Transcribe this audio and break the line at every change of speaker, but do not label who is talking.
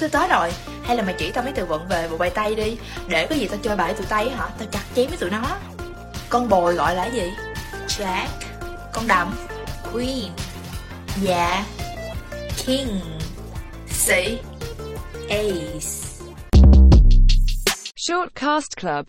Tôi tới rồi, hay là mày chỉ tao mấy từ vựng về bộ bài Tây đi Để cái gì tao chơi bài với tụi Tây hả, tao chặt chém với tụi nó Con bồi gọi là cái gì? Jack Con đầm Queen Dạ King Sĩ Ace
Shortcast Club